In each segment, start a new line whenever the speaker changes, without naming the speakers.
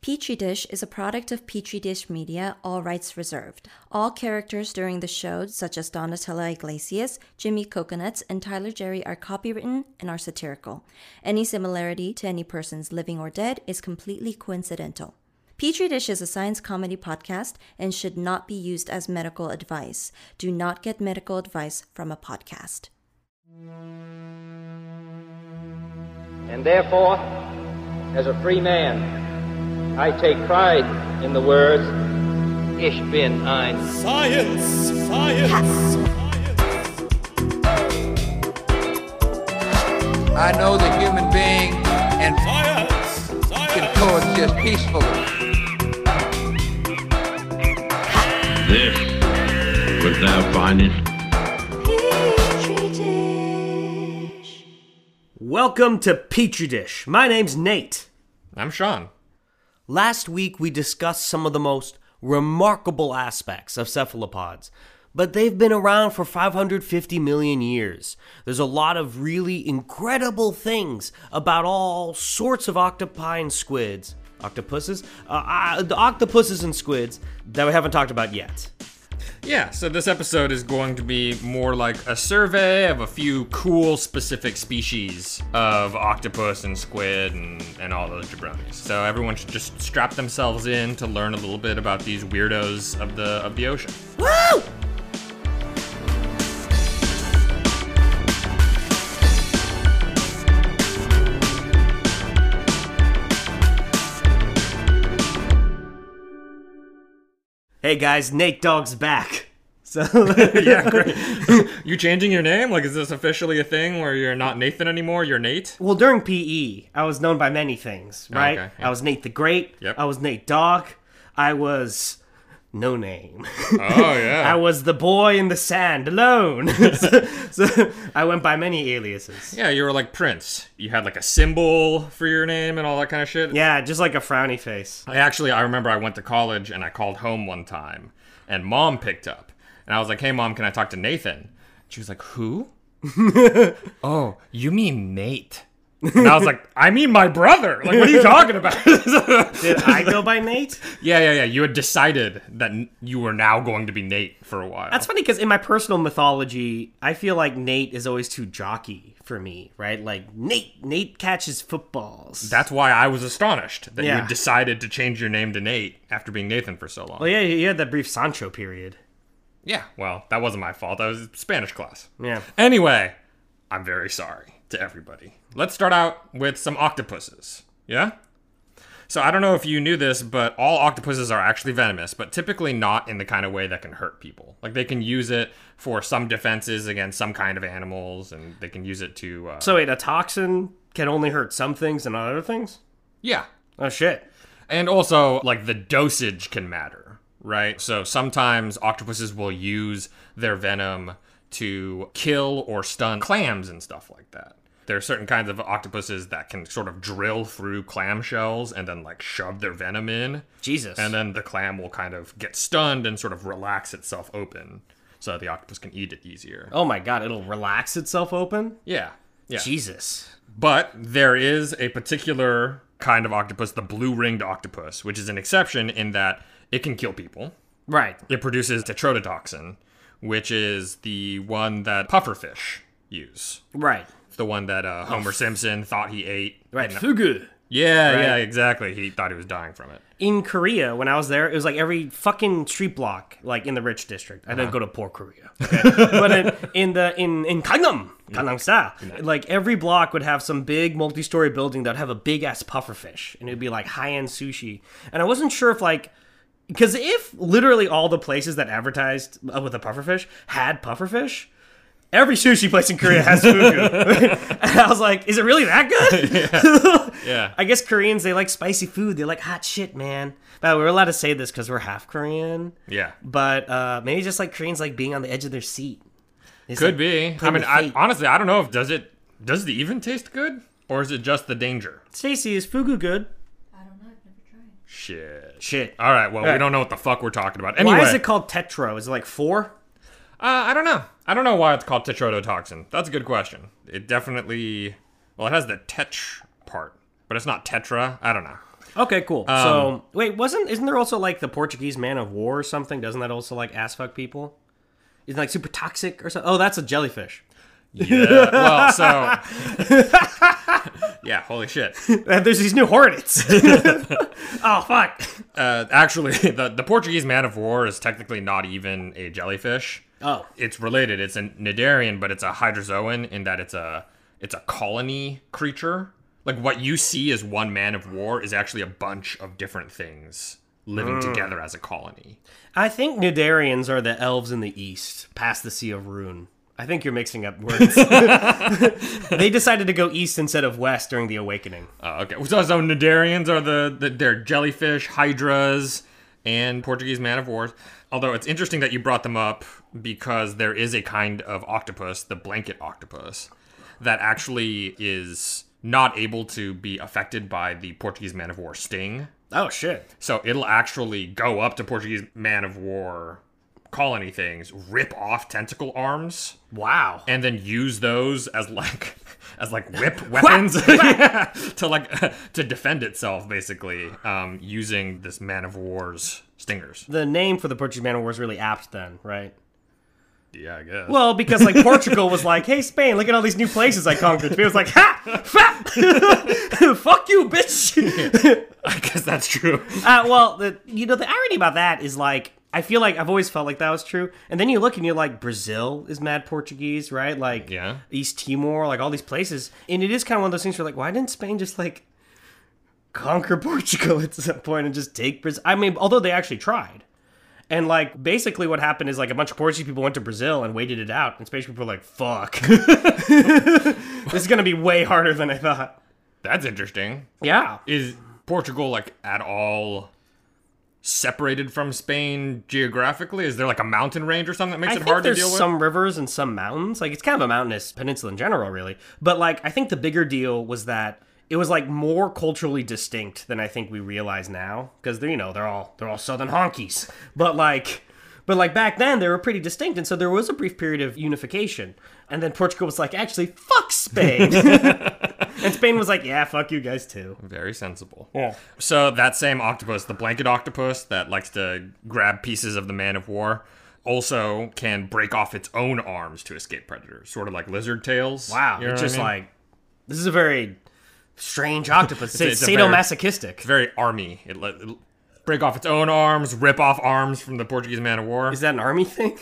Petri Dish is a product of Petri Dish Media, all rights reserved. All characters during the show, such as Donatella Iglesias, Jimmy Coconuts, and Tyler Jerry, are copywritten and are satirical. Any similarity to any persons living or dead is completely coincidental. Petri Dish is a science comedy podcast and should not be used as medical advice. Do not get medical advice from a podcast.
And therefore, as a free man, I take pride in the words, Ich bin ein
Science! Science! Science!
I know the human being and
Science!
can
Science!
coexist peacefully.
This was our finest
Welcome to Petri Dish. My name's Nate.
I'm Sean.
Last week we discussed some of the most remarkable aspects of cephalopods, but they've been around for 550 million years. There's a lot of really incredible things about all sorts of octopi and squids, octopuses, uh, uh, the octopuses and squids that we haven't talked about yet.
Yeah, so this episode is going to be more like a survey of a few cool specific species of octopus and squid and, and all those jabronis. So everyone should just strap themselves in to learn a little bit about these weirdos of the of the ocean.
Woo! Hey guys, Nate Dog's back. So
yeah, great. you changing your name? Like is this officially a thing where you're not Nathan anymore, you're Nate?
well, during PE, I was known by many things, right?
Oh, okay, yeah.
I was Nate the Great.
Yep.
I was Nate Dog. I was no name.
Oh yeah.
I was the boy in the sand alone. so, so I went by many aliases.
yeah, you were like Prince. You had like a symbol for your name and all that kind of shit.
Yeah, just like a frowny face.
I actually, I remember I went to college and I called home one time, and mom picked up, and I was like, "Hey, mom, can I talk to Nathan?" She was like, "Who?" oh, you mean Nate? And I was like, "I mean my brother." Like, what are you talking about?
Did I go by Nate?
yeah, yeah, yeah. You had decided that n- you were now going to be Nate for a while.
That's funny because in my personal mythology, I feel like Nate is always too jockey for me, right? Like Nate, Nate catches footballs.
That's why I was astonished that you
Yeah.
had decided to change your name to Nate after being Nathan for so long.
well, yeah, you had that brief Sancho period.
yeah, well, that wasn't my fault. That was Spanish class.
Yeah.
Anyway, I'm very sorry to everybody. Let's start out with some octopuses. Yeah? So I don't know if you knew this, but all octopuses are actually venomous, but typically not in the kind of way that can hurt people. Like they can use it for some defenses against some kind of animals, and they can use it to. Uh,
So wait, a toxin can only hurt some things and not other things.
yeah,
Oh shit.
And also, like, the dosage can matter, right? So sometimes octopuses will use their venom to kill or stun clams and stuff like that. There are certain kinds of octopuses that can sort of drill through clam shells and then, like, shove their venom in.
Jesus.
And then the clam will kind of get stunned and sort of relax itself open so that the octopus can eat it easier.
oh my god, it'll relax itself open.
Yeah. Yeah.
Jesus.
But there is a particular kind of octopus, the blue ringed octopus, which is an exception in that it can kill people.
Right.
It produces tetrodotoxin, which is the one that pufferfish use.
Right.
It's the one that uh, Homer Simpson thought he ate.
Oh. Right.
And-
Fugu.
yeah,
Right.
yeah, exactly. He thought he was dying from it.
in Korea when I was there, it was like every fucking street block, like in the rich district. I
Uh-huh.
didn't go to poor Korea, okay? but in, in the in in Gangnam, Gangnam style, like every block would have some big multi-story building that would have a big ass pufferfish, and it'd be like high-end sushi. And I wasn't sure if like. Because if literally all the places that advertised uh, with a pufferfish had pufferfish, every sushi place in Korea has fugu. and I was like, is it really that good?
Yeah.
I guess Koreans they like spicy food. They like hot shit, man. But we're allowed to say this because we're half Korean.
yeah.
But uh, maybe just like Koreans like being on the edge of their seat. It's
Could
like
be. I
playing
mean,
with
I,
fate.
honestly, I don't know if does it does it even taste good or is it just the danger?
Stacy, is fugu good?
Shit.
Shit.
All right. Well, we
Right.
don't know what the fuck we're talking about. Anyway,
Why is it called tetro? Is it like four?
Uh, I don't know. I don't know why it's called tetrodotoxin. That's a good question. It definitely, well, it has the tetch part, but it's not tetra. I don't know.
Okay, cool. so wait, wasn't isn't there also like the Portuguese man of war or something? Doesn't that also like ass fuck people? Isn't like super toxic or something? Oh, that's a jellyfish.
Yeah. Well, so. yeah, holy shit.
And there's these new hornets. oh fuck.
Uh, actually, the, the Portuguese man of war is technically not even a jellyfish.
Oh.
It's related. It's a cnidarian, but it's a hydrozoan in that it's a it's a colony creature. Like what you see as one man of war is actually a bunch of different things living together as a colony.
I think Nidarians are the elves in the east, past the Sea of Rune. I think you're mixing up words. they decided to go east instead of west during the Awakening.
Uh, okay, so, so Nidarians are the, the they're jellyfish, hydras, and Portuguese man of wars. Although it's interesting that you brought them up because there is a kind of octopus, the blanket octopus, that actually is not able to be affected by the Portuguese man of war sting.
Oh shit.
So it'll actually go up to Portuguese man of war colony things, rip off tentacle arms,
Wow.
and then use those as like as like whip weapons Yeah, to like to defend itself basically um, using this man of war's stingers.
the name for the Portuguese man of war is really apt then, right?
Yeah, I guess.
Well, because like Portugal was like, "Hey, Spain, look at all these new places I conquered." Spain was like, "Ha, fa, fuck you, bitch."
I guess that's true.
Uh, well, the, you know the irony about that is like, I feel like I've always felt like that was true, and then you look and you're like, Brazil is mad Portuguese, right? Like,
Yeah.
East Timor, like all these places, and it is kind of one of those things where like, why didn't Spain just like conquer Portugal at some point and just take Brazil? I mean, although they actually tried. And like basically what happened is like a bunch of Portuguese people went to Brazil and waited it out, and Spanish people were like, "Fuck, this is gonna be way harder than I thought."
That's interesting.
Yeah,
Is Portugal like at all separated from Spain geographically? Is there like a mountain range or something that makes
I
it
think
hard to
there's
deal with?
some rivers and some mountains. Like it's kind of a mountainous peninsula in general, really. But like I think the bigger deal was that it was like more culturally distinct than I think we realize now because they're you know they're all they're all southern honkies. But like but like back then they were pretty distinct, and so there was a brief period of unification. And then Portugal was like, actually, fuck Spain. and Spain was like, yeah, fuck you guys too.
Very sensible.
Yeah.
So that same octopus, the blanket octopus that likes to grab pieces of the man of war, also can break off its own arms to escape predators, sort of like lizard tails.
Wow,
You know
it's
what I
just
mean?
like this is a very strange octopus. it's,
It's a- it's a very-
sadomasochistic.
it's very army. It let it break off its own arms, rip off arms from the Portuguese man of war.
is that an army thing?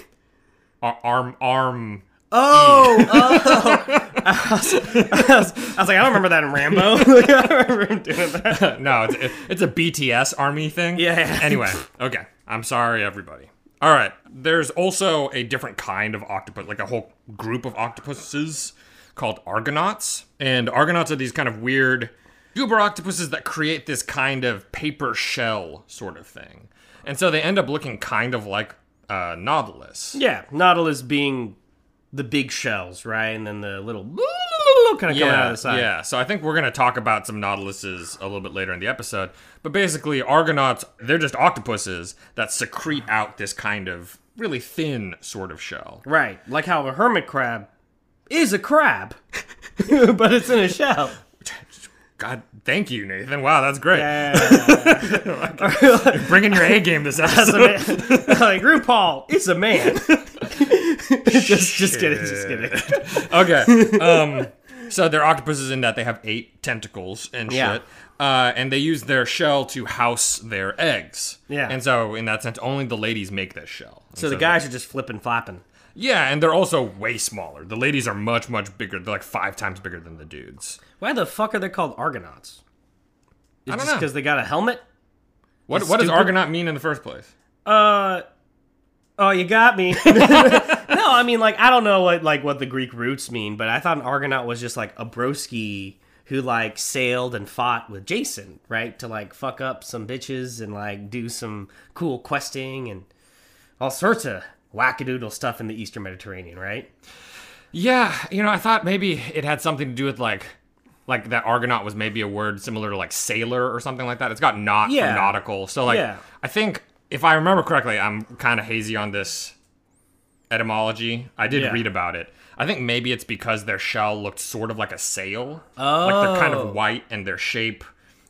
Ar- arm arm.
Oh, oh. I, was, I was like, I don't remember that in Rambo. Like, I don't remember him doing that.
No, it's it- it's a BTS army thing.
Yeah.
Anyway, okay. I'm sorry, everybody. All right. There's also a different kind of octopus, like a whole group of octopuses called argonauts. And argonauts are these kind of weird goober octopuses that create this kind of paper shell sort of thing. And so they end up looking kind of like uh, a nautilus.
Yeah, Nautilus being the big shells, right? And then the little kind of coming out of the side.
Yeah, so I think we're going to talk about some nautiluses a little bit later in the episode. But basically, argonauts, they're just octopuses that secrete out this kind of really thin sort of shell.
Right, like how a hermit crab is a crab, but it's in a shell.
God, thank you, Nathan. Wow, that's great.
Yeah.
Bringing your A game this episode.
like RuPaul, it's a man. just, just kidding, just kidding.
okay. Um, so they're octopuses in that they have eight tentacles and
Yeah.
shit. Uh, and they use their shell to house their eggs.
Yeah.
And so, in that sense, only the ladies make this shell. And
So the guys are just flipping, flapping.
Yeah, and they're also way smaller. The ladies are much, much bigger. They're like five times bigger than the dudes.
Why the fuck are they called Argonauts? Is
I don't know.
because they got a helmet?
What, what does
stupid.
Argonaut mean in the first place?
Uh, oh, you got me. no, I mean, like, I don't know what like what the Greek roots mean, but I thought an argonaut was just like a broski who like sailed and fought with Jason, right, to like fuck up some bitches and like do some cool questing and all sorts of wackadoodle stuff in the Eastern Mediterranean, right?
Yeah, you know, I thought maybe it had something to do with like, like that Argonaut was maybe a word similar to like sailor or something like that. It's got not
Yeah.
from nautical. So like,
Yeah.
I think if I remember correctly, I'm kind of hazy on this etymology. I did
Yeah.
read about it. I think maybe it's because their shell looked sort of like a sail, oh. like they're kind
Oh.
of white and their shape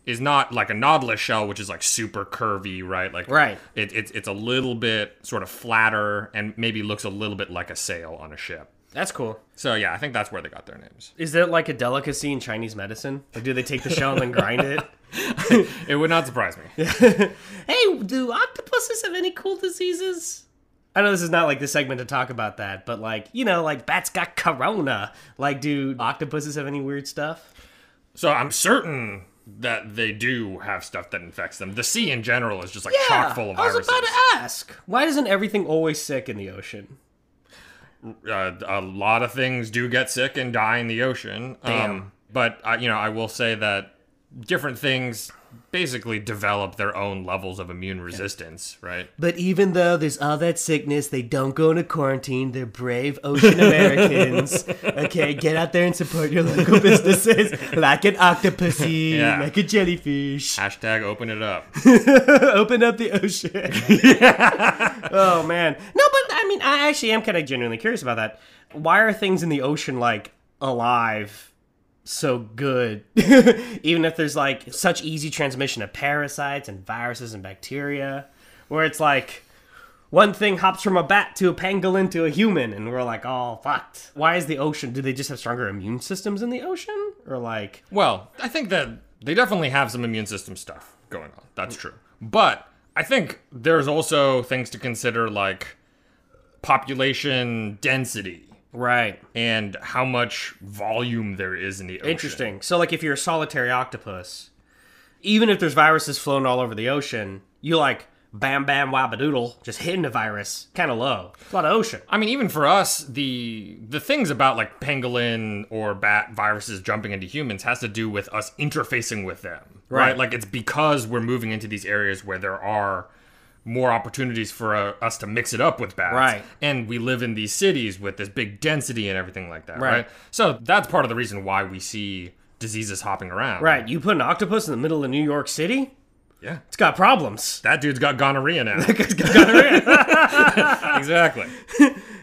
is not like a nautilus shell, which is like super curvy, right? Like
Right.
It, it's it's a little bit sort of flatter and maybe looks a little bit like a sail on a ship.
That's cool.
So yeah, I think that's where they got their names.
Is that like a delicacy in Chinese medicine? Like, do they take the shell and then grind it?
It would not surprise me.
Hey, do octopuses have any cool diseases? I know this is not like the segment to talk about that, but like, you know, like bats got corona. Like, do octopuses have any weird stuff?
So I'm certain that they do have stuff that infects them. The sea in general is just like chock full of
I was
viruses.
about to ask. Why isn't everything always sick in the ocean?
uh, a lot of things do get sick and die in the ocean. Um, but I, you know, I will say that different things basically develop their own levels of immune resistance, right?
But even though there's all that sickness, they don't go into quarantine. They're brave ocean Americans. okay, get out there and support your local businesses like an octopus,
Yeah.
like a jellyfish.
Hashtag open it up.
Open up the ocean. oh, man. No, but I mean, I actually am kind of genuinely curious about that. Why are things in the ocean, like, alive? So good, even if there's like such easy transmission of parasites and viruses and bacteria, where it's like one thing hops from a bat to a pangolin to a human, and we're like all fucked. Why is the ocean? Do they just have stronger immune systems in the ocean, or like
Well, I think that they definitely have some immune system stuff going on. That's true. But I think there's also things to consider like population density
right?
and how much volume there is in the ocean.
Interesting. So, like, if you're a solitary octopus, even if there's viruses floating all over the ocean, you like bam bam wabadoodle, just hitting the virus kind of low. A lot of ocean.
I mean, even for us, the the things about like pangolin or bat viruses jumping into humans has to do with us interfacing with them, right?
Right.
Like it's because we're moving into these areas where there are more opportunities for uh, us to mix it up with bats,
Right.
And we live in these cities with this big density and everything like that,
Right.
right? So that's part of the reason why we see diseases hopping around,
Right. You put an octopus in the middle of New York City,
Yeah,
it's got problems.
that dude's got gonorrhea now. exactly.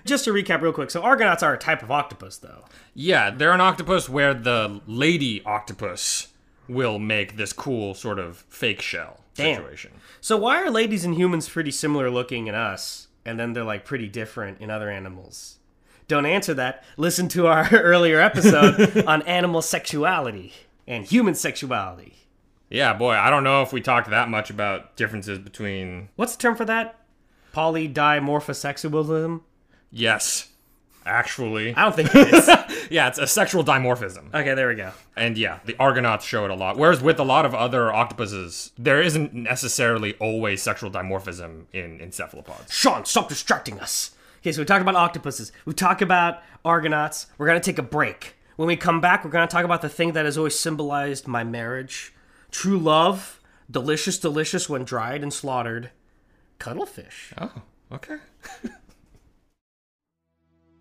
Just to recap real quick, so argonauts are a type of octopus, though.
Yeah, they're an octopus where the lady octopus will make this cool sort of fake shell
Damn.
situation.
So why are ladies and humans pretty similar looking in us, and then they're like pretty different in other animals? Don't answer that. Listen to our earlier episode on animal sexuality and human sexuality.
Yeah, boy, I don't know if we talked that much about differences between.
What's the term for that? Polydimorphosexualism?
Yes, actually.
I don't think it is.
Yeah, it's a sexual dimorphism.
okay, there we go.
And yeah, the Argonauts show it a lot. Whereas with a lot of other octopuses, there isn't necessarily always sexual dimorphism in encephalopods.
Sean, stop distracting us. Okay, so we talked about octopuses. We talked about argonauts. We're going to take a break. When we come back, we're going to talk about the thing that has always symbolized my marriage true love, delicious, delicious when dried and slaughtered, cuttlefish.
Okay.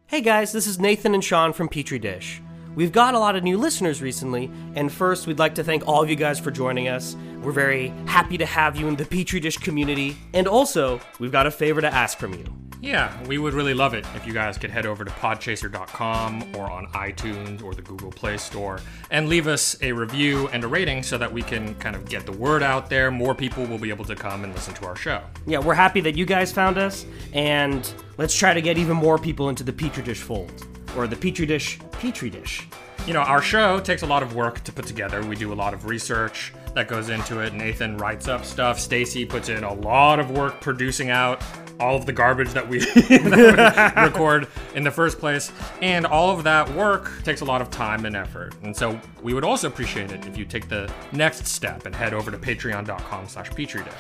Hey guys, this is Nathan and Sean from Petri Dish. We've got a lot of new listeners recently, and first, we'd like to thank all of you guys for joining us. We're very happy to have you in the Petri Dish community, and also, we've got a favor to ask from you.
Yeah, we would really love it if you guys could head over to podchaser.com or on iTunes or the Google Play Store and leave us a review and a rating so that we can kind of get the word out there. More people will be able to come and listen to our show.
Yeah, we're happy that you guys found us, and let's try to get even more people into the Petri Dish fold, or the Petri Dish Petri Dish.
You know, our show takes a lot of work to put together. We do a lot of research that goes into it. Nathan writes up stuff, Stacy puts in a lot of work producing out all of the garbage that we, that we record in the first place. And all of that work takes a lot of time and effort. And so we would also appreciate it if you take the next step and head over to patreon.com slash petri dish.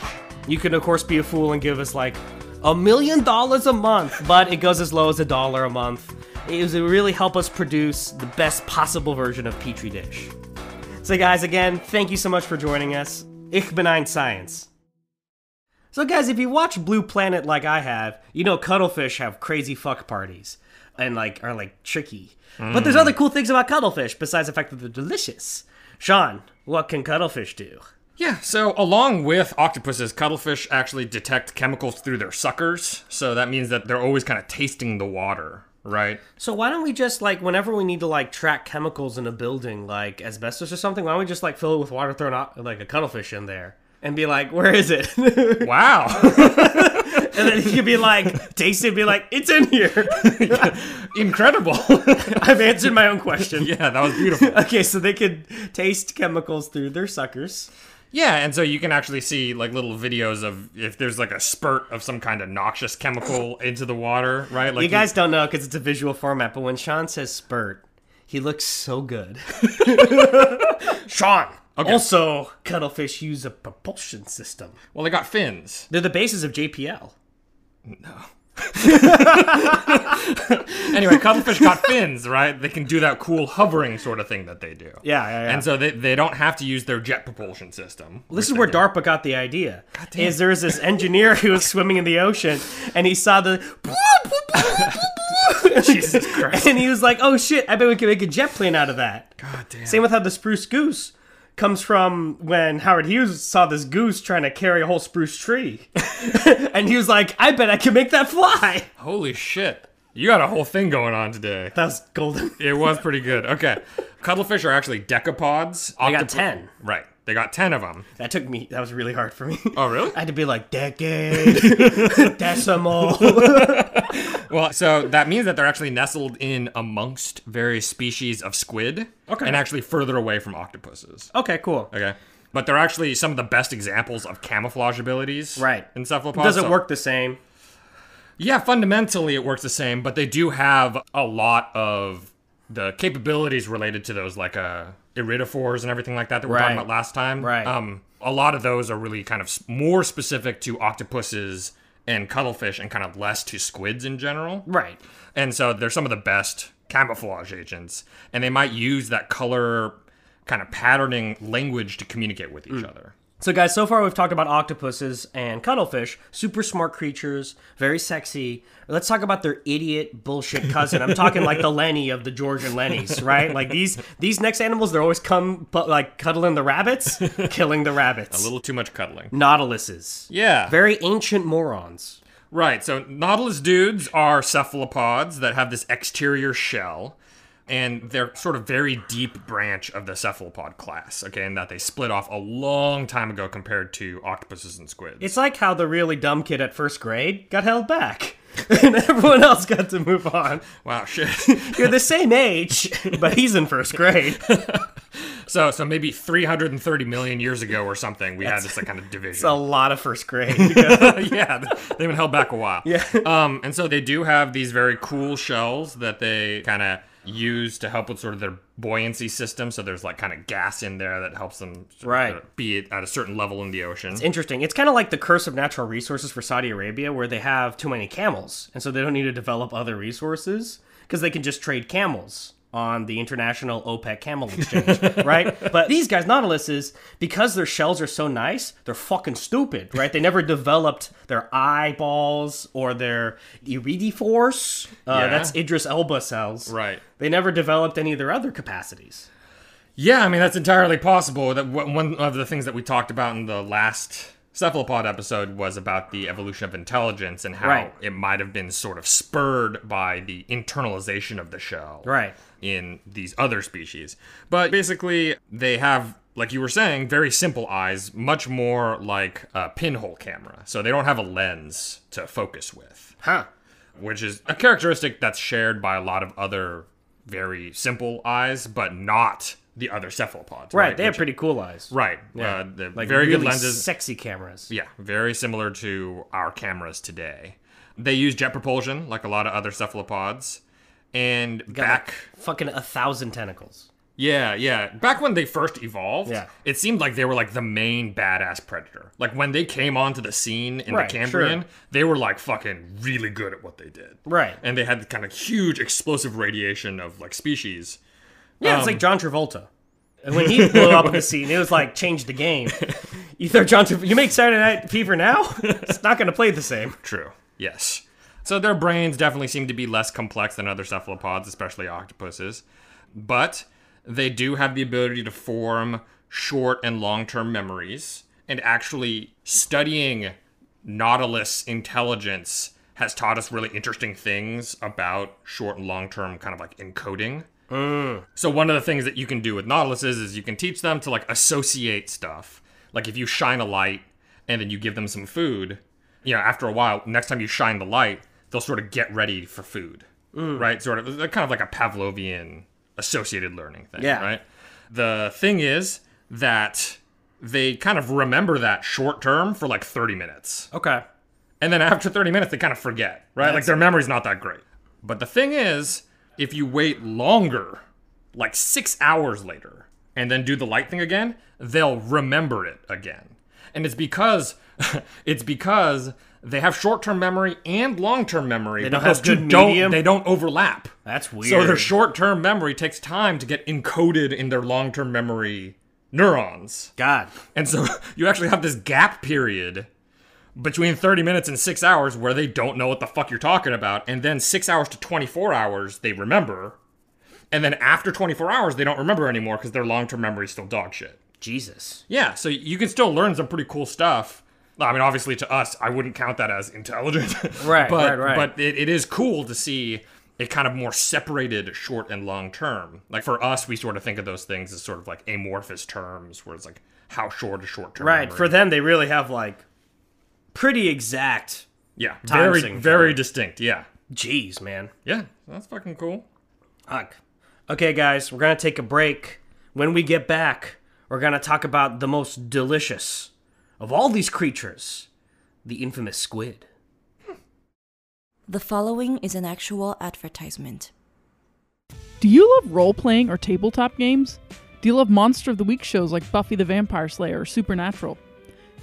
You can, of course, be a fool and give us like a million dollars a month, but it goes as low as a dollar a month. It was- it really help us produce the best possible version of Petri Dish. So, guys, again, thank you so much for joining us. Ich bin ein Science. So, guys, if you watch Blue Planet like I have, you know cuttlefish have crazy fuck parties and like are like tricky. But there's other cool things about cuttlefish besides the fact that they're delicious. Sean, what can cuttlefish do?
Yeah, so along with octopuses, cuttlefish actually detect chemicals through their suckers. So that means that they're always kind of tasting the water, right?
So why don't we just like whenever we need to like track chemicals in a building, like asbestos or something, why don't we just like fill it with water, throw an, o- like a cuttlefish in there, and be like, where is it? and
Wow.
then he could be like, taste it, and be like, it's in here.
Incredible.
I've answered my own question.
yeah, that was beautiful.
Okay, so they could taste chemicals through their suckers.
Yeah, and so you can actually see like little videos of if there's like a spurt of some kind of noxious chemical into the water, right? Like
You guys don't know because it's a visual format, but when Sean says spurt, he looks so good. Sean.
Okay.
Also, cuttlefish use a propulsion system.
well, they got fins.
They're the basis of JPL.
Anyway, cuttlefish got fins, right? They can do that cool hovering sort of thing that they do.
Yeah, yeah, yeah.
And so they, they don't have to use their jet propulsion system.
This is where DARPA got the idea. Is there was this engineer who was swimming in the ocean and he saw the
Jesus Christ.
and he was like, "Oh shit! I bet we can make a jet plane out of that." God damn. Same with how the spruce goose comes from when Howard Hughes saw this goose trying to carry a whole spruce tree, and he was like, "I bet I can make that fly."
Holy shit. You got a whole thing going on today.
That was golden.
It was pretty good. Okay. Cuttlefish are actually decapods.
I got
Octopus-
10.
Right. They got 10 of them.
That took me. That was really hard for me.
Oh, really?
I had to be like decade, decimal.
Well, so that means that they're actually nestled in amongst various species of squid.
Okay.
And actually further away from octopuses.
okay, cool.
Okay. But they're actually some of the best examples of camouflage abilities.
Right.
In cephalopods.
Doesn't
So-
work the same.
Yeah, fundamentally it works the same, but they do have a lot of the capabilities related to those, like uh, iridophores and everything like that that we were
Right.
talking about last time.
Right.
Um, a lot of those are really kind of s- more specific to octopuses and cuttlefish and kind of less to squids in general.
Right.
And so they're some of the best camouflage agents, and they might use that color kind of patterning language to communicate with each other.
So, guys, so far we've talked about octopuses and cuttlefish, super smart creatures, very sexy. Let's talk about their idiot bullshit cousin. I'm talking like the Lenny of the Georgian Lennies, right? Like these these next animals, they're always come but like cuddling the rabbits, killing the rabbits.
A little too much cuddling.
Nautiluses,
Yeah.
very ancient morons.
Right. So nautilus dudes are cephalopods that have this exterior shell, and they're sort of very deep branch of the cephalopod class. Okay, in that they split off a long time ago compared to octopuses and squids.
It's like how the really dumb kid at first grade got held back, and everyone else got to move on.
wow, shit.
You're the same age, but he's in first grade.
so, so maybe 330 million years ago or something, we had this like, kind of
It's a
division.
lot of first grade.
yeah, they've been held back a while. Yeah. Um, and so they do have these very cool shells that they kind of use to help with sort of their buoyancy system. So there's like kind of gas in there that helps them sort of
Right.
be at a certain level in the ocean.
interesting. It's kind of like the curse of natural resources for Saudi Arabia, where they have too many camels, and so they don't need to develop other resources because they can just trade camels on the international OPEC camel exchange, right? But these guys, nautiluses, because their shells are so nice, they're fucking stupid, right? They never developed their eyeballs or their iridophores. Uh,
Yeah.
That's Idris Elba cells.
Right.
They never developed any of their other capacities.
Yeah, I mean that's entirely possible. That w- one of the things that we talked about in the last cephalopod episode was about the evolution of intelligence and how
Right.
it might have been sort of spurred by the internalization of the shell.
Right.
In these other species. But basically they have like you were saying very simple eyes, much more like a pinhole camera. So they don't have a lens to focus with
Huh.
which is a characteristic that's shared by a lot of other very simple eyes, but not the other cephalopods.
Right. They have
Which-
pretty cool eyes.
Right.
Yeah.
Uh, the
Like
very
really
good lenses.
Sexy cameras.
yeah, very similar to our cameras today. They use jet propulsion, like a lot of other cephalopods. And back,
fucking a thousand tentacles.
yeah, yeah, back when they first evolved,
Yeah.
it seemed like they were like the main badass predator. Like when they came onto the scene in
Right,
the
sure.
Cambrian, they were like fucking really good at what they did.
Right.
and they had the kind of huge explosive radiation of like species.
Yeah, it's like John Travolta. And When he blew up in the scene, it was like change the game. You throw John Travolta, you make Saturday Night Fever now, it's not going to play the same.
True. Yes. So their brains definitely seem to be less complex than other cephalopods, especially octopuses. But they do have the ability to form short and long term memories. And actually, studying nautilus intelligence has taught us really interesting things about short and long term kind of like encoding. So one of the things that you can do with Nautiluses is you can teach them to like associate stuff. Like if you shine a light and then you give them some food, you know, after a while, next time you shine the light, they'll sort of get ready for food. Right? Sort of they're kind of like a Pavlovian associated learning thing,
Yeah.
right? The thing is that they kind of remember that short term for like 30 minutes.
Okay.
And then after 30 minutes, they kind of forget, right? like their memory's not that great. But the thing is, if you wait longer, like six hours later, and then do the light thing again, they'll remember it again. And it's because it's because they have short-term memory and long-term memory. They
don't have good medium?
They don't overlap.
That's
So their
weird.
short-term memory takes time to get encoded in their long-term memory neurons.
God.
And so you actually have this gap period between 30 minutes and six hours where they don't know what the fuck you're talking about. And then six hours to 24 hours, they remember. And then after 24 hours, they don't remember anymore because their long term memory is still dog shit.
Jesus.
Yeah, so you can still learn some pretty cool stuff. I mean, obviously, to us, I wouldn't count that as intelligent.
Right,
but,
right, right.
But it, it is cool to see a kind of more separated short and long term. Like for us, we sort of think of those things as sort of like amorphous terms, where it's like how short a short term.
Right.
memory.
For them, they really have like pretty exact.
yeah,
time
very
signature.
very distinct. Yeah,
Jeez, man.
yeah, that's fucking cool.
Fuck. Okay, guys, we're gonna take a break. When we get back, we're gonna talk about the most delicious of all these creatures, the infamous squid.
The following is an actual advertisement.
Do you love role playing or tabletop games? Do you love Monster of the Week shows like Buffy the Vampire Slayer or Supernatural?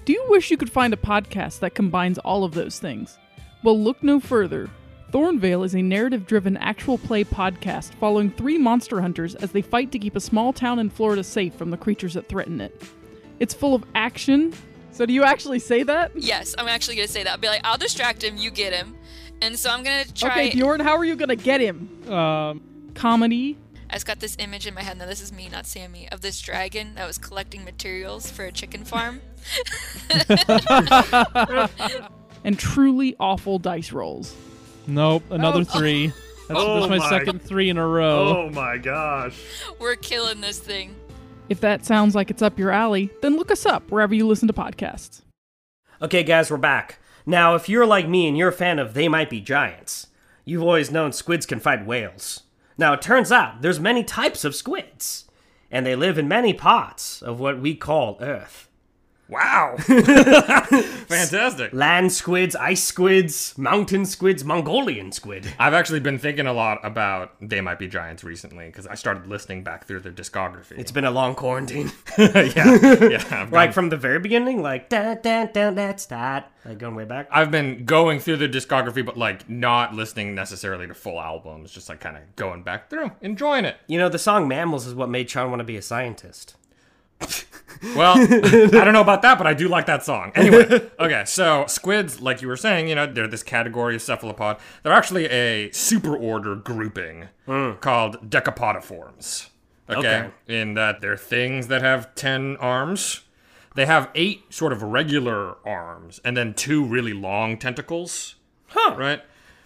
Do you wish you could find a podcast that combines all of those things? Well, look no further. Thornvale is a narrative driven actual play podcast following three monster hunters as they fight to keep a small town in Florida safe from the creatures that threaten it. It's full of action. So, do you actually say that?
Yes, I'm actually gonna say that. I'll be like, I'll distract him, you get him. And so I'm gonna try.
Okay, Bjorn, how are you going to get him?
Um,
Comedy,
I just got this image in my head. Now this is me, not Sammy, of this dragon that was collecting materials for a chicken farm.
and truly awful dice rolls.
nope, another
Oh.
three. That's,
Oh
that's my,
my- Oh
second three in a row.
my gosh!
We're killing this thing.
If that sounds like it's up your alley, then look us up wherever you listen to podcasts.
Okay, guys, we're back. Now, if you're like me and you're a fan of They Might Be Giants, you've always known squids can fight whales. Now, it turns out there's many types of squids, and they live in many parts of what we call Earth.
Wow, fantastic.
Land squids, ice squids, mountain squids, Mongolian squid.
I've actually been thinking a lot about They Might Be Giants recently because I started listening back through their discography.
It's been a long quarantine.
yeah, yeah. I've
like
gone-
from the very beginning, like da da da that's that. Like going way back.
I've been going through their discography, but like not listening necessarily to full albums, just like kind of going back through, enjoying it.
You know, the song Mammals is what made Sean want to be a scientist.
Well, I don't know about that, but I do like that song. Anyway, okay, so squids, like you were saying, you know, they're this category of cephalopod. They're actually a superorder grouping called decapodoforms. Okay, In that they're things that have 10 arms. They have eight sort of regular arms and then two really long tentacles. Huh. Right?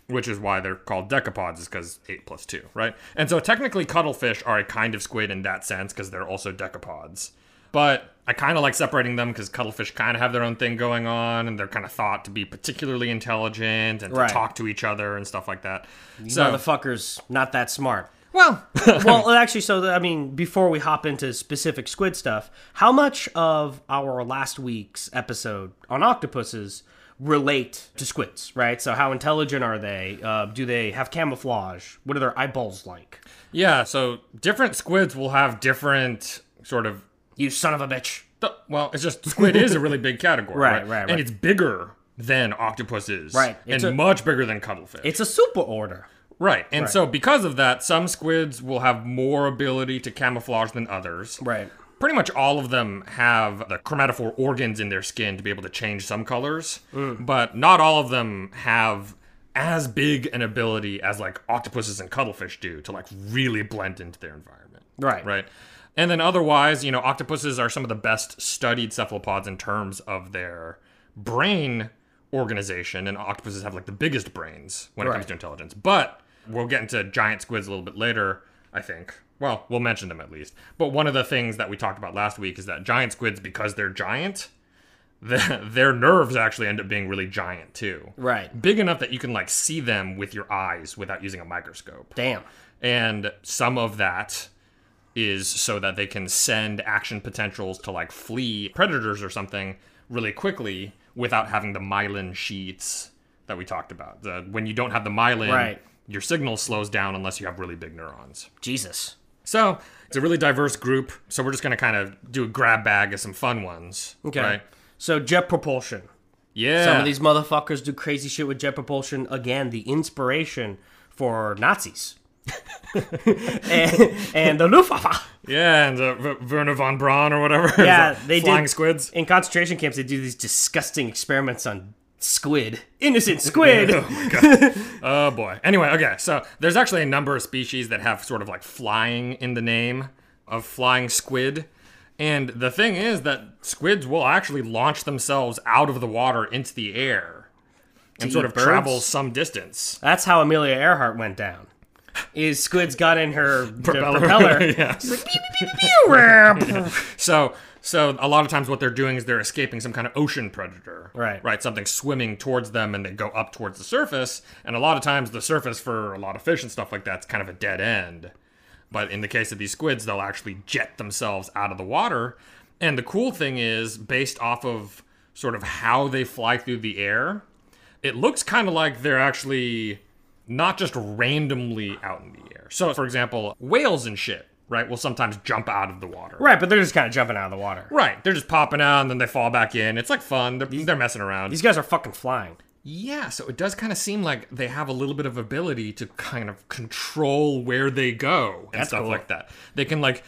Which is why they're called decapods, is because 8 plus 2, right? And so technically, cuttlefish are a kind of squid in that sense because they're also decapods. But I kind of like separating them because cuttlefish kind of have their own thing going on and they're kind of thought to be particularly intelligent and
Right.
to talk to each other and stuff like that.
So.
So,
Motherfucker's not that smart.
well,
well, actually, so I mean, before we hop into specific squid stuff, how much of our last week's episode on octopuses relate to squids? Right. So, how intelligent are they? Uh, do they have camouflage? What are their eyeballs like?
yeah, so different squids will have different sort of
You son of a bitch.
The- well, it's just squid is a really big category,
Right,
right?
right, right.
And it's bigger than octopus is,
Right, it's
And
a-
much bigger than cuttlefish,
It's a super order.
right? And so because of that, some squids will have more ability to camouflage than others,
Right.
Pretty much all of them have the chromatophore organs in their skin to be able to change some colors,
Mm.
but not all of them have as big an ability as like octopuses and cuttlefish do to like really blend into their environment.
Right.
Right. And then otherwise, you know, octopuses are some of the best studied cephalopods in terms of their brain organization, and octopuses have like the biggest brains when it comes
Right.
to intelligence. But we'll get into giant squids a little bit later, I think. Well, we'll mention them at least. But one of the things that we talked about last week is that giant squids, because they're giant, the, their nerves actually end up being really giant too.
Right.
Big enough that you can like see them with your eyes without using a microscope.
Damn.
And some of that is so that they can send action potentials to like flee predators or something really quickly without having the myelin sheaths that we talked about. The, when you don't have the myelin,
Right.
your signal slows down unless you have really big neurons.
Jesus.
So it's a really diverse group. So we're just going to kind of do a grab bag of some fun ones.
Okay.
Right?
So jet propulsion.
Yeah.
Some of these motherfuckers do crazy shit with jet propulsion. Again, the inspiration for Nazis. and, and the Luftwaffe.
Yeah, and uh, v- Werner von Braun or whatever. Is
Yeah,
that
they
flying
did,
squids.
In concentration camps, they do these disgusting experiments on squid. Innocent squid!
Oh boy. Anyway, okay. So there's actually a number of species that have sort of like flying in the name of flying squid. And the thing is that squids will actually launch themselves out of the water into the air and
To
sort
eat
of
birds?
travel some distance.
That's how Amelia Earhart went down. Is squids got in her the propeller?
yeah. so so a lot of times what they're doing is they're escaping some kind of ocean predator.
Right.
Right. Something swimming towards them and they go up towards the surface. And a lot of times the surface for a lot of fish and stuff like that's kind of a dead end. But in the case of these squids, they'll actually jet themselves out of the water. And the cool thing is, based off of sort of how they fly through the air, it looks kind of like they're actually not just randomly out in the air. So, for example, whales and shit, right, will sometimes jump out of the water.
Right, but they're just kind of jumping out of the water.
Right. They're just popping out and then they fall back in. It's like fun. They're, they're messing around.
These guys are fucking flying.
Yeah, so it does kind of seem like they have a little bit of ability to kind of control where they go and
That's
stuff
cool.
like that. They can like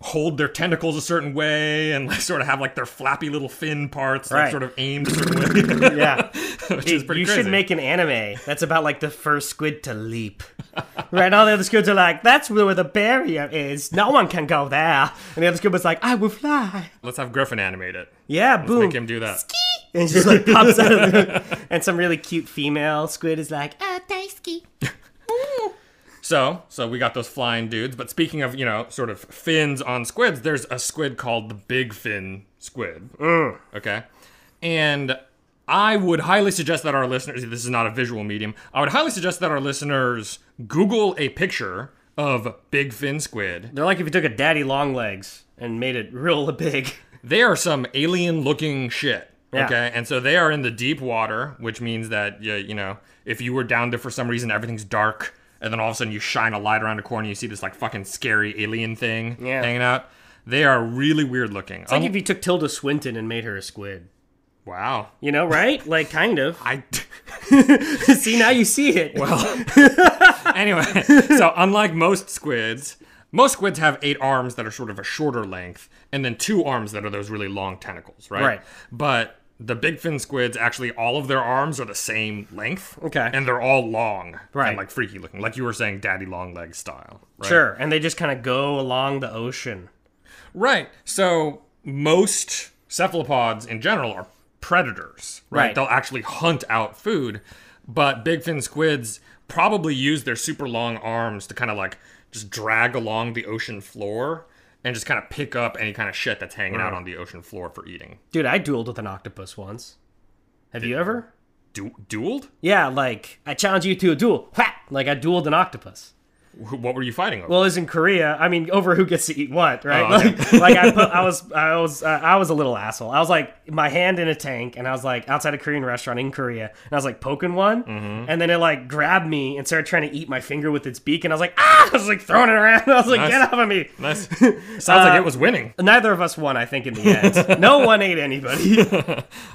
hold their tentacles a certain way and like sort of have like their flappy little fin parts like
Right.
sort of aimed a certain way.
Yeah.
Which is pretty
you
crazy.
should make an anime that's about like the first squid to leap. right? All the other squids are like, that's where the barrier is. No one can go there. And the other squid was like, I will fly.
Let's have Griffin animate it.
Yeah, boom.
Make him do that.
and she just like pops out of the And some really cute female squid is like, ah, Daisuke.
So, so we got those flying dudes. But speaking of, you know, sort of fins on squids, there's a squid called the big fin squid. Okay. And I would highly suggest that our listeners, this is not a visual medium, I would highly suggest that our listeners Google a picture of big fin squid.
They're like if you took a daddy long legs and made it real big.
They are some alien looking shit.
Yeah.
Okay. And so they are in the deep water, which means that, you, you know, if you were down there for some reason, everything's dark. And then all of a sudden you shine a light around a corner, you see this like fucking scary alien thing
Yeah.
hanging out. They are really weird looking. Um,
It's like
Un-
if you took Tilda Swinton and made her a squid.
wow.
You know, right? Like, kind of.
I.
see, now you see it.
Well, anyway, so unlike most squids, most squids have eight arms that are sort of a shorter length, and then two arms that are those really long tentacles, right?
Right.
But the big fin squids actually all of their arms are the same length.
Okay.
And they're all long.
Right.
And like freaky looking, like you were saying, daddy long leg style. Right?
Sure. And they just kind of go along the ocean.
Right. So most cephalopods in general are predators, right?
Right.
They'll actually hunt out food, but bigfin squids probably use their super long arms to kind of like just drag along the ocean floor and just kind of pick up any kind of shit that's hanging out on the ocean floor for eating.
Dude, I dueled with an octopus once. Have you ever?
Du- dueled?
Yeah, like, I challenge you to a duel. Whack! Like, I dueled an octopus.
Wh- What were you fighting over?
Well, it's in Korea. I mean, over who gets to eat what, right?
Oh, okay.
Like, like I, put, I was, I was, uh, I was a little asshole. I was like, my hand in a tank, and I was like outside a Korean restaurant in Korea, and I was like poking one,
Mm-hmm.
and then it like grabbed me and started trying to eat my finger with its beak, and I was like, ah! I was like throwing it around. I was like,
Nice.
get off of me!
nice. Sounds like it was winning.
Neither of us won, I think, in the end. no one ate anybody.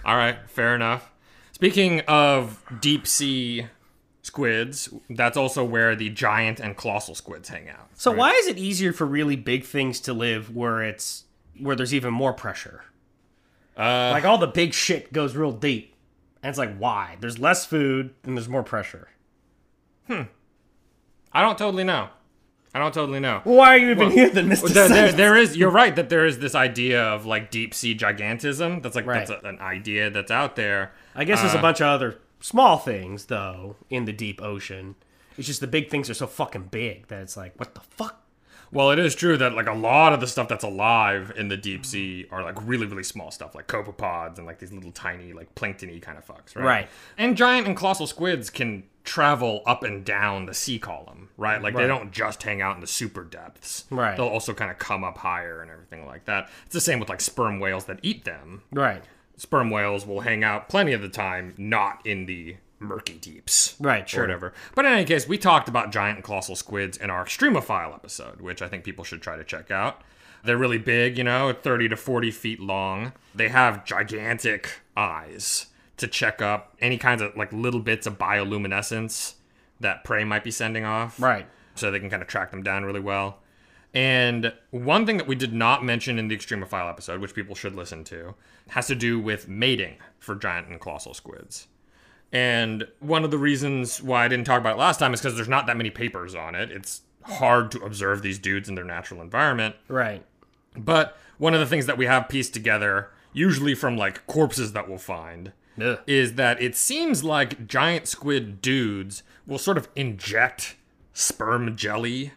All right, fair enough. Speaking of deep sea squids, that's also where the giant and colossal squids hang out.
So why is it easier for really big things to live where it's where there's even more pressure?
Uh,
like all the big shit goes real deep, and it's like why? There's less food and there's more pressure.
I don't totally know. I don't totally know.
Why are you even here then,
Well,
Mister?
there, there, there is. You're right that there is this idea of like deep sea gigantism. That's like
Right.
that's a, an idea that's out there.
I guess
uh,
there's a bunch of other small things though in the deep ocean. It's just the big things are so fucking big that it's like, what the fuck?
Well, it is true that like a lot of the stuff that's alive in the deep sea are like really really small stuff, like copepods and like these little tiny like planktony kind of fucks, right?
Right.
And giant and colossal squids can travel up and down the sea column, right? Like they don't just hang out in the super depths.
Right.
They'll also kind of come up higher and everything like that. It's the same with like sperm whales that eat them.
Right,
sperm whales will hang out plenty of the time not in the murky deeps.
Right, sure.
Or whatever. But in any case, we talked about giant and colossal squids in our extremophile episode, which I think people should try to check out. They're really big, you know, 30 to 40 feet long. They have gigantic eyes to check up any kinds of like little bits of bioluminescence that prey might be sending off.
Right.
So they can kind of track them down really well. And one thing that we did not mention in the Extremophile episode, which people should listen to, has to do with mating for giant and colossal squids. And one of the reasons why I didn't talk about it last time is because there's not that many papers on it. It's hard to observe these dudes in their natural environment.
right,
But one of the things that we have pieced together, usually from like corpses that we'll find,
Ugh.
is that it seems like giant squid dudes will sort of inject sperm jelly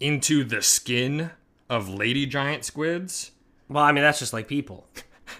into the skin of lady giant squids,
Well, I mean that's just like people.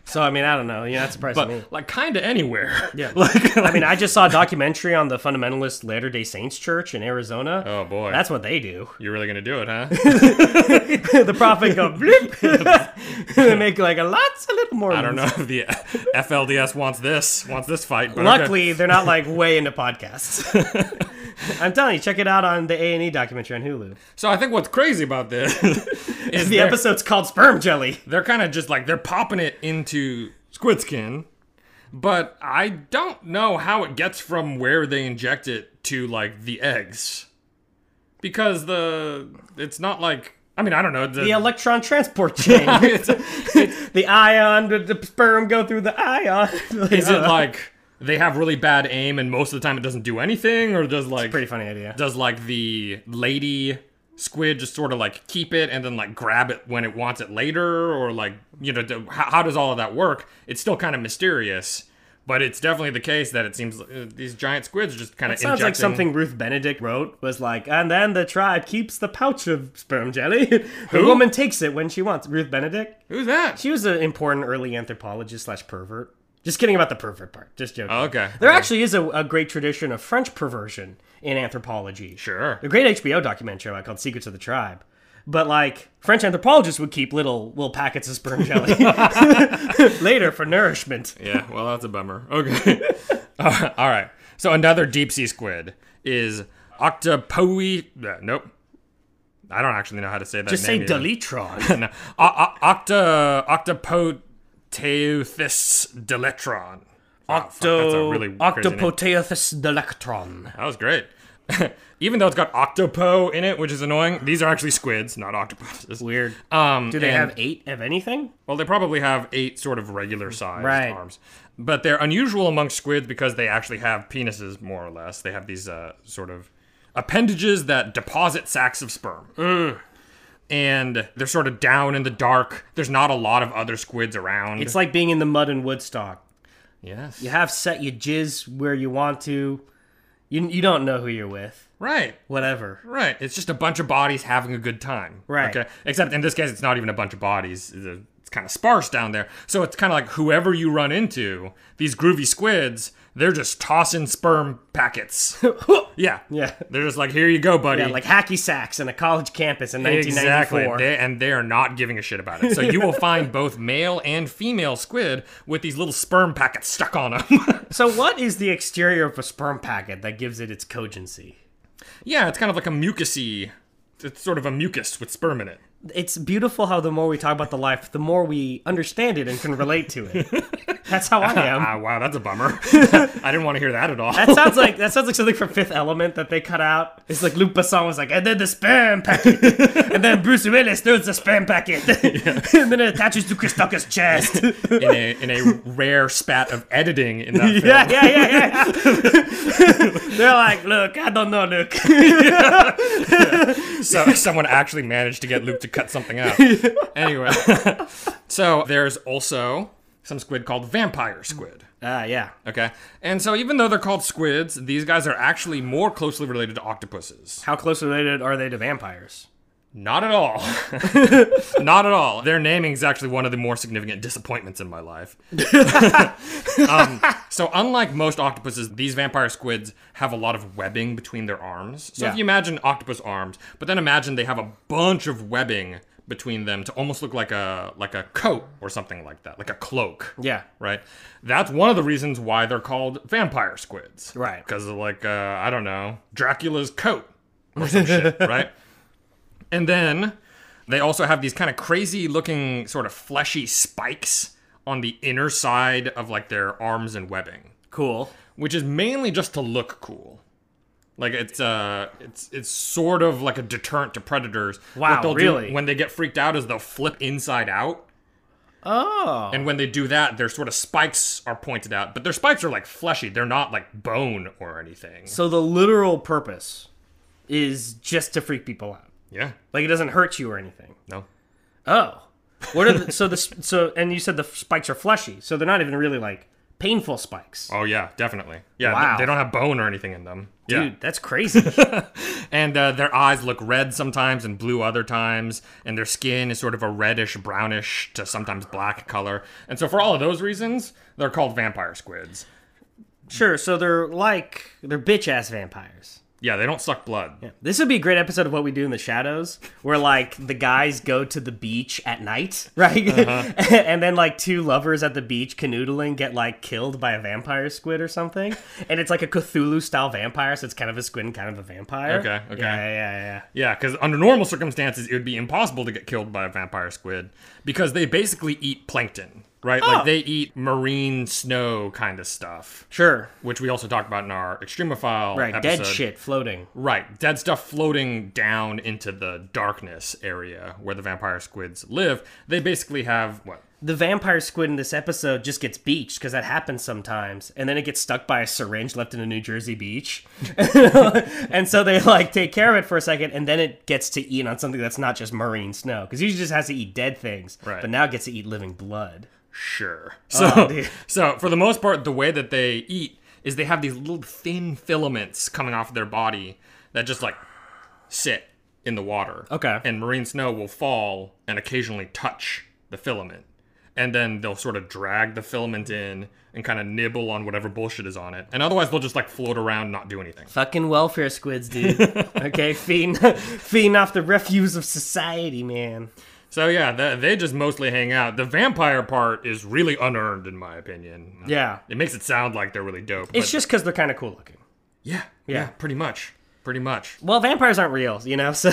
So I mean I don't know. Yeah, that surprised
but
me.
like kind of anywhere.
Yeah.
like,
I mean, I just saw a documentary on the fundamentalist Latter Day Saints Church in Arizona.
oh boy,
That's what they do.
you're really gonna do it, huh?
the prophet go bloop. they make like a lots of little more.
I don't know if the FLDS wants this wants this fight. But okay.
Luckily, they're not like way into podcasts. I'm telling you, check it out on the A and E documentary on Hulu.
So I think what's crazy about this is
The
they're-
episode's called Sperm Jelly.
They're kind of just like they're popping it into squid skin, but I don't know how it gets from where they inject it to like the eggs, because the it's not like I mean I don't know the,
The electron transport chain.
it's,
the ion, the, the sperm go through the ion.
is it like they have really bad aim and most of the time it doesn't do anything or does like
pretty funny idea?
does like the lady squid just sort of like keep it and then like grab it when it wants it later or like you know do- how, how does all of that work it's still kind of mysterious but it's definitely the case that it seems uh, these giant squids are just kind of
Sounds
injecting.
like something Ruth Benedict wrote was like, and then the tribe keeps the pouch of sperm jelly. the woman takes it when she wants. Ruth Benedict?
who's that
She was an important early anthropologist slash pervert. Just kidding about the pervert part. Just joking.
Oh, okay.
There
Okay.
actually is a, a great tradition of French perversion in anthropology.
Sure.
A great HBO documentary called Secrets of the Tribe. But like French anthropologists would keep little little packets of sperm jelly later for nourishment.
yeah well that's a bummer okay Uh, all right so another deep sea squid is octopoe uh, nope i don't actually know how to say that
Just say
name even.
Delitron.
no. O- o- octa octopoteuthis deletron. Wow, fuck, that's a really crazy name.
Octopoteothus delectron.
That was great. Even though it's got octopo in it, which is annoying, these are actually squids, not octopuses.
Weird.
Um,
Do they
and-
have eight of anything?
Well, they probably have eight sort of regular sized
Right.
arms, but they're unusual amongst squids because they actually have penises, more or less. They have these uh, sort of appendages that deposit sacks of sperm. And they're sort of down in the dark. There's not a lot of other squids around.
It's like being in the mud in Woodstock.
yes,
You have set your jizz where you want to. You, you don't know who you're with.
right,
Whatever.
right. It's just a bunch of bodies having a good time,
Right.
Okay, except in this case, it's not even a bunch of bodies. It's kind of sparse down there. So it's kind of like whoever you run into, these groovy squids, they're just tossing sperm packets. yeah,
Yeah.
They're just like, here you go, buddy.
Yeah, like hacky sacks in a college campus in 1994.
Exactly, they, and they are not giving a shit about it. So you will find both male and female squid with these little sperm packets stuck on them.
So, what is the exterior of a sperm packet that gives it its cogency?
yeah, it's kind of like a mucusy. It's sort of a mucus with sperm in it.
It's beautiful how the more we talk about the life, the more we understand it and can relate to it. That's how I am.
Ah, wow, that's a bummer. I didn't want to hear that at all.
That sounds like that sounds like something from Fifth Element that they cut out. It's like Luke Besson was like, and then the spam packet, and then Bruce Willis throws the spam packet, and then it attaches to Chris Tucker's chest.
in, a, in a rare spat of editing in that film.
Yeah, yeah, yeah, yeah. They're like, look, I don't know, Luke.
So someone actually managed to get Luke to cut something out. Anyway, so there's also some squid called vampire squid.
Ah, yeah.
Okay, and so even though they're called squids, these guys are actually more closely related to octopuses.
How close related are they to vampires?
Not at all. Not at all. Their naming is actually one of the more significant disappointments in my life. um, so, unlike most octopuses, these vampire squids have a lot of webbing between their arms. So,
Yeah.
if you imagine octopus arms, but then imagine they have a bunch of webbing between them to almost look like a like a coat or something like that, like a cloak.
Yeah.
Right. That's one of the reasons why they're called vampire squids.
Right.
Because of like uh, I don't know Dracula's coat or some shit. Right. And then they also have these kind of crazy looking sort of fleshy spikes on the inner side of like their arms and webbing,
Cool.
which is mainly just to look cool. Like it's uh it's it's sort of like a deterrent to predators.
Wow,
they'll
really?
Do when they get freaked out is they'll flip inside out.
Oh.
And when they do that, their sort of spikes are pointed out, but their spikes are like fleshy. They're not like bone or anything.
So the literal purpose is just to freak people out.
Yeah.
Like it doesn't hurt you or anything.
No.
Oh. What are the, so the s- so and you said the f- spikes are fleshy, so they're not even really like painful spikes.
Oh yeah, definitely. Yeah,
Wow.
they, they don't have bone or anything in them. Yeah.
Dude, that's crazy.
And uh, their eyes look red sometimes and blue other times, and their skin is sort of a reddish, brownish to sometimes black color. And so, for all of those reasons, they're called vampire squids.
sure, so they're like they're bitch ass vampires.
Yeah, they don't suck blood.
This would be a great episode of what we do in the shadows, where like the guys go to the beach at night, right?
Uh-huh.
and then like two lovers at the beach canoodling get like killed by a vampire squid or something, and it's like a Cthulhu style vampire, so it's kind of a squid and kind of a vampire.
Okay, okay.
yeah, yeah, yeah.
Yeah, because under normal circumstances, it would be impossible to get killed by a vampire squid because they basically eat plankton, right?
Oh.
Like they eat marine snow kind of stuff,
Sure,
which we also talked about in our Extremophile
right. Dead
episode.
shit floating.
Right, dead stuff floating down into the darkness area where the vampire squids live. They basically have what?
The vampire squid in this episode just gets beached because that happens sometimes, and then it gets stuck by a syringe left in a New Jersey beach, and so they like take care of it for a second, and then it gets to eat on something that's not just marine snow because usually it just has to eat dead things,
Right.
but now it gets to eat living blood.
Sure. So,
dude.
so for the most part, the way that they eat is they have these little thin filaments coming off their body that just like sit in the water.
Okay.
And marine snow will fall and occasionally touch the filament. And then they'll sort of drag the filament in and kind of nibble on whatever bullshit is on it. And otherwise, they'll just like float around, and not do anything.
Fucking welfare squids, dude. okay, feeding feeding off the refuse of society, man.
So yeah, th they just mostly hang out. The vampire part is really unearned, in my opinion. Uh,
Yeah,
It makes it sound like they're really dope.
it's
but-
just because they're kind of cool looking.
yeah, yeah, pretty much, pretty much.
Well, vampires aren't real, you know, so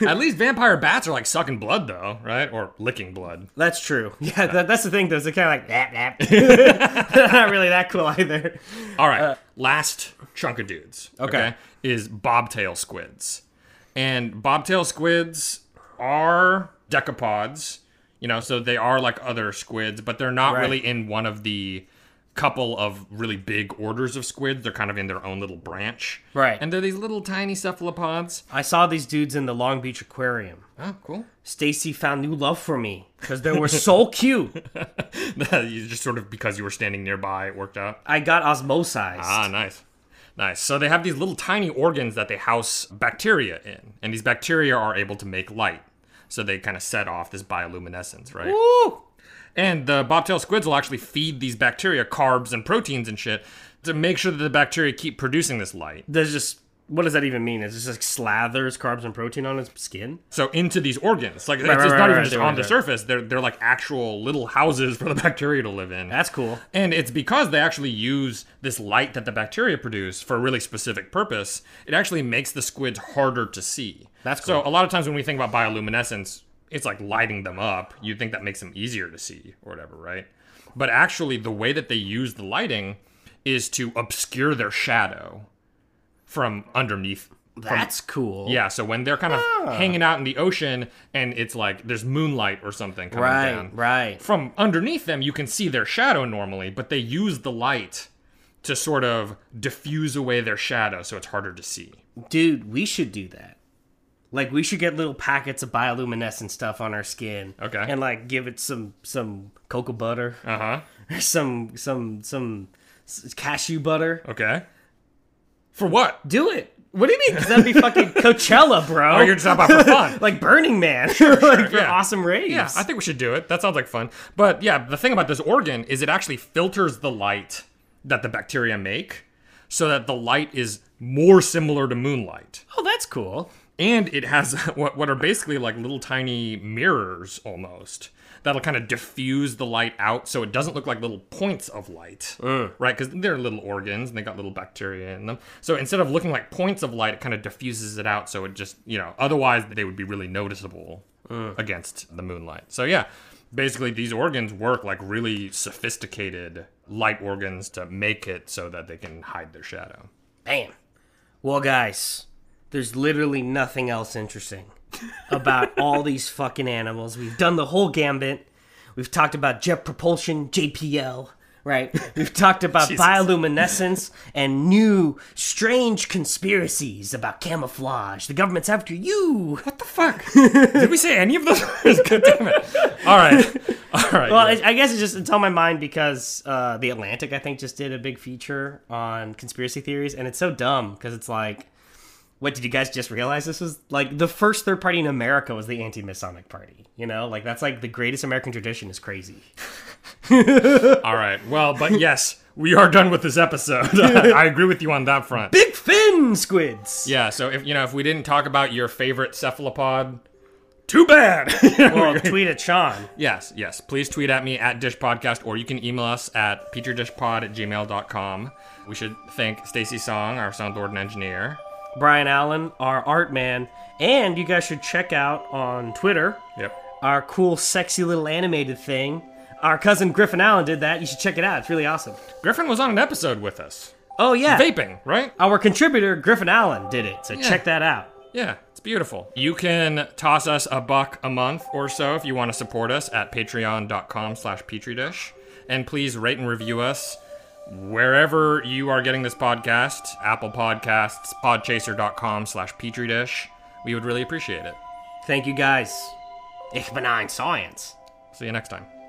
At least vampire bats are like sucking blood, though, right? Or licking blood.
That's true. Yeah, that, that's the thing, though. is They're kind of like, nap, nap. They're not really that cool either.
All right, last chunk of dudes.
Uh, Okay.
is bobtail squids, and bobtail squids are decapods. You know, so they are like other squids, but they're not
Right.
really in one of the couple of really big orders of squids. They're kind of in their own little branch.
Right.
And they're these little tiny cephalopods.
I saw these dudes in the Long Beach Aquarium.
Oh, cool.
Stacy found new love for me because they were so cute.
you just sort of because you were standing nearby, it worked out.
I got osmosized.
Ah, nice. Nice. So they have these little tiny organs that they house bacteria in, and these bacteria are able to make light. So they kind of set off this bioluminescence, right?
Woo!
And the bobtail squids will actually feed these bacteria carbs and proteins and shit to make sure that the bacteria keep producing this light.
There's just, what does that even mean? Is it just like slathers carbs and protein on his skin?
So into these organs, like
right,
it's, it's
right,
not
right,
even just
right,
on
right.
the surface. They're they're like actual little houses for the bacteria to live in.
That's cool.
And it's because they actually use this light that the bacteria produce for a really specific purpose, it actually makes the squids harder to see.
That's
So a lot of times when we think about bioluminescence, it's like lighting them up, you'd think that makes them easier to see or whatever, right? But actually, the way that they use the lighting is to obscure their shadow from underneath. From,
That's cool.
yeah, so when they're kind of
Ah.
hanging out in the ocean and it's like there's moonlight or something coming
Right,
down,
right.
from underneath them you can see their shadow normally but they use the light to sort of diffuse away their shadow so it's harder to see
Dude, we should do that. Like we should get little packets of bioluminescent stuff on our skin.
Okay.
And like give it some some cocoa butter,
uh-huh
some some some s- cashew butter.
okay for what
Do it. What do you mean? 'Cause that'd be fucking Coachella, bro.
oh you're just about for fun
like Burning Man, like for
yeah.
awesome raves.
yeah i think we should do it that sounds like fun but yeah the thing about this organ is it actually filters the light that the bacteria make so that the light is more similar to moonlight
oh, that's cool.
and it has what what are basically like little tiny mirrors almost that'll kind of diffuse the light out so it doesn't look like little points of light right because they're little organs and they got little bacteria in them so instead of looking like points of light it kind of diffuses it out so it just you know otherwise they would be really noticeable against the moonlight so yeah basically these organs work like really sophisticated light organs to make it so that they can hide their shadow
Bam. Well, guys, there's literally nothing else interesting about all these fucking animals. We've done the whole gambit. We've talked about jet propulsion, JPL, right? We've talked about bioluminescence and new strange conspiracies about camouflage. The government's after you.
What the fuck? Did we say any of those? God damn it. All right. All right.
Well, I I guess it's just it's on my mind because uh, the Atlantic, I think, just did a big feature on conspiracy theories, and it's so dumb because it's like, what did you guys just realize? This was like the first third party in America was the anti-Masonic party. You know, like that's like the greatest American tradition is crazy.
All right. Well, but yes, we are done with this episode. I agree with you on that front.
Big fin squids.
Yeah, so if you know if we didn't talk about your favorite cephalopod, too bad.
Well, tweet at Sean.
yes, yes. Please tweet at me at Dish Podcast or you can email us at petridishpod at gmail.com. We should thank Stacy Song, our soundboard and engineer.
Brian Allen, our art man, and you guys should check out on Twitter
Yep.
our cool, sexy little animated thing. Our cousin Griffin Allen did that. You should check it out. It's really awesome.
Griffin was on an episode with us.
Oh yeah.
Vaping, right?
Our contributor, Griffin Allen, did it, so check that out.
Yeah, it's beautiful. You can toss us a buck a month or so if you want to support us at patreon.com slash petridish. And please rate and review us wherever you are getting this podcast, Apple Podcasts, podchaser.com slash petridish. We would really appreciate it.
Thank you guys. Ich benign science.
See you next time.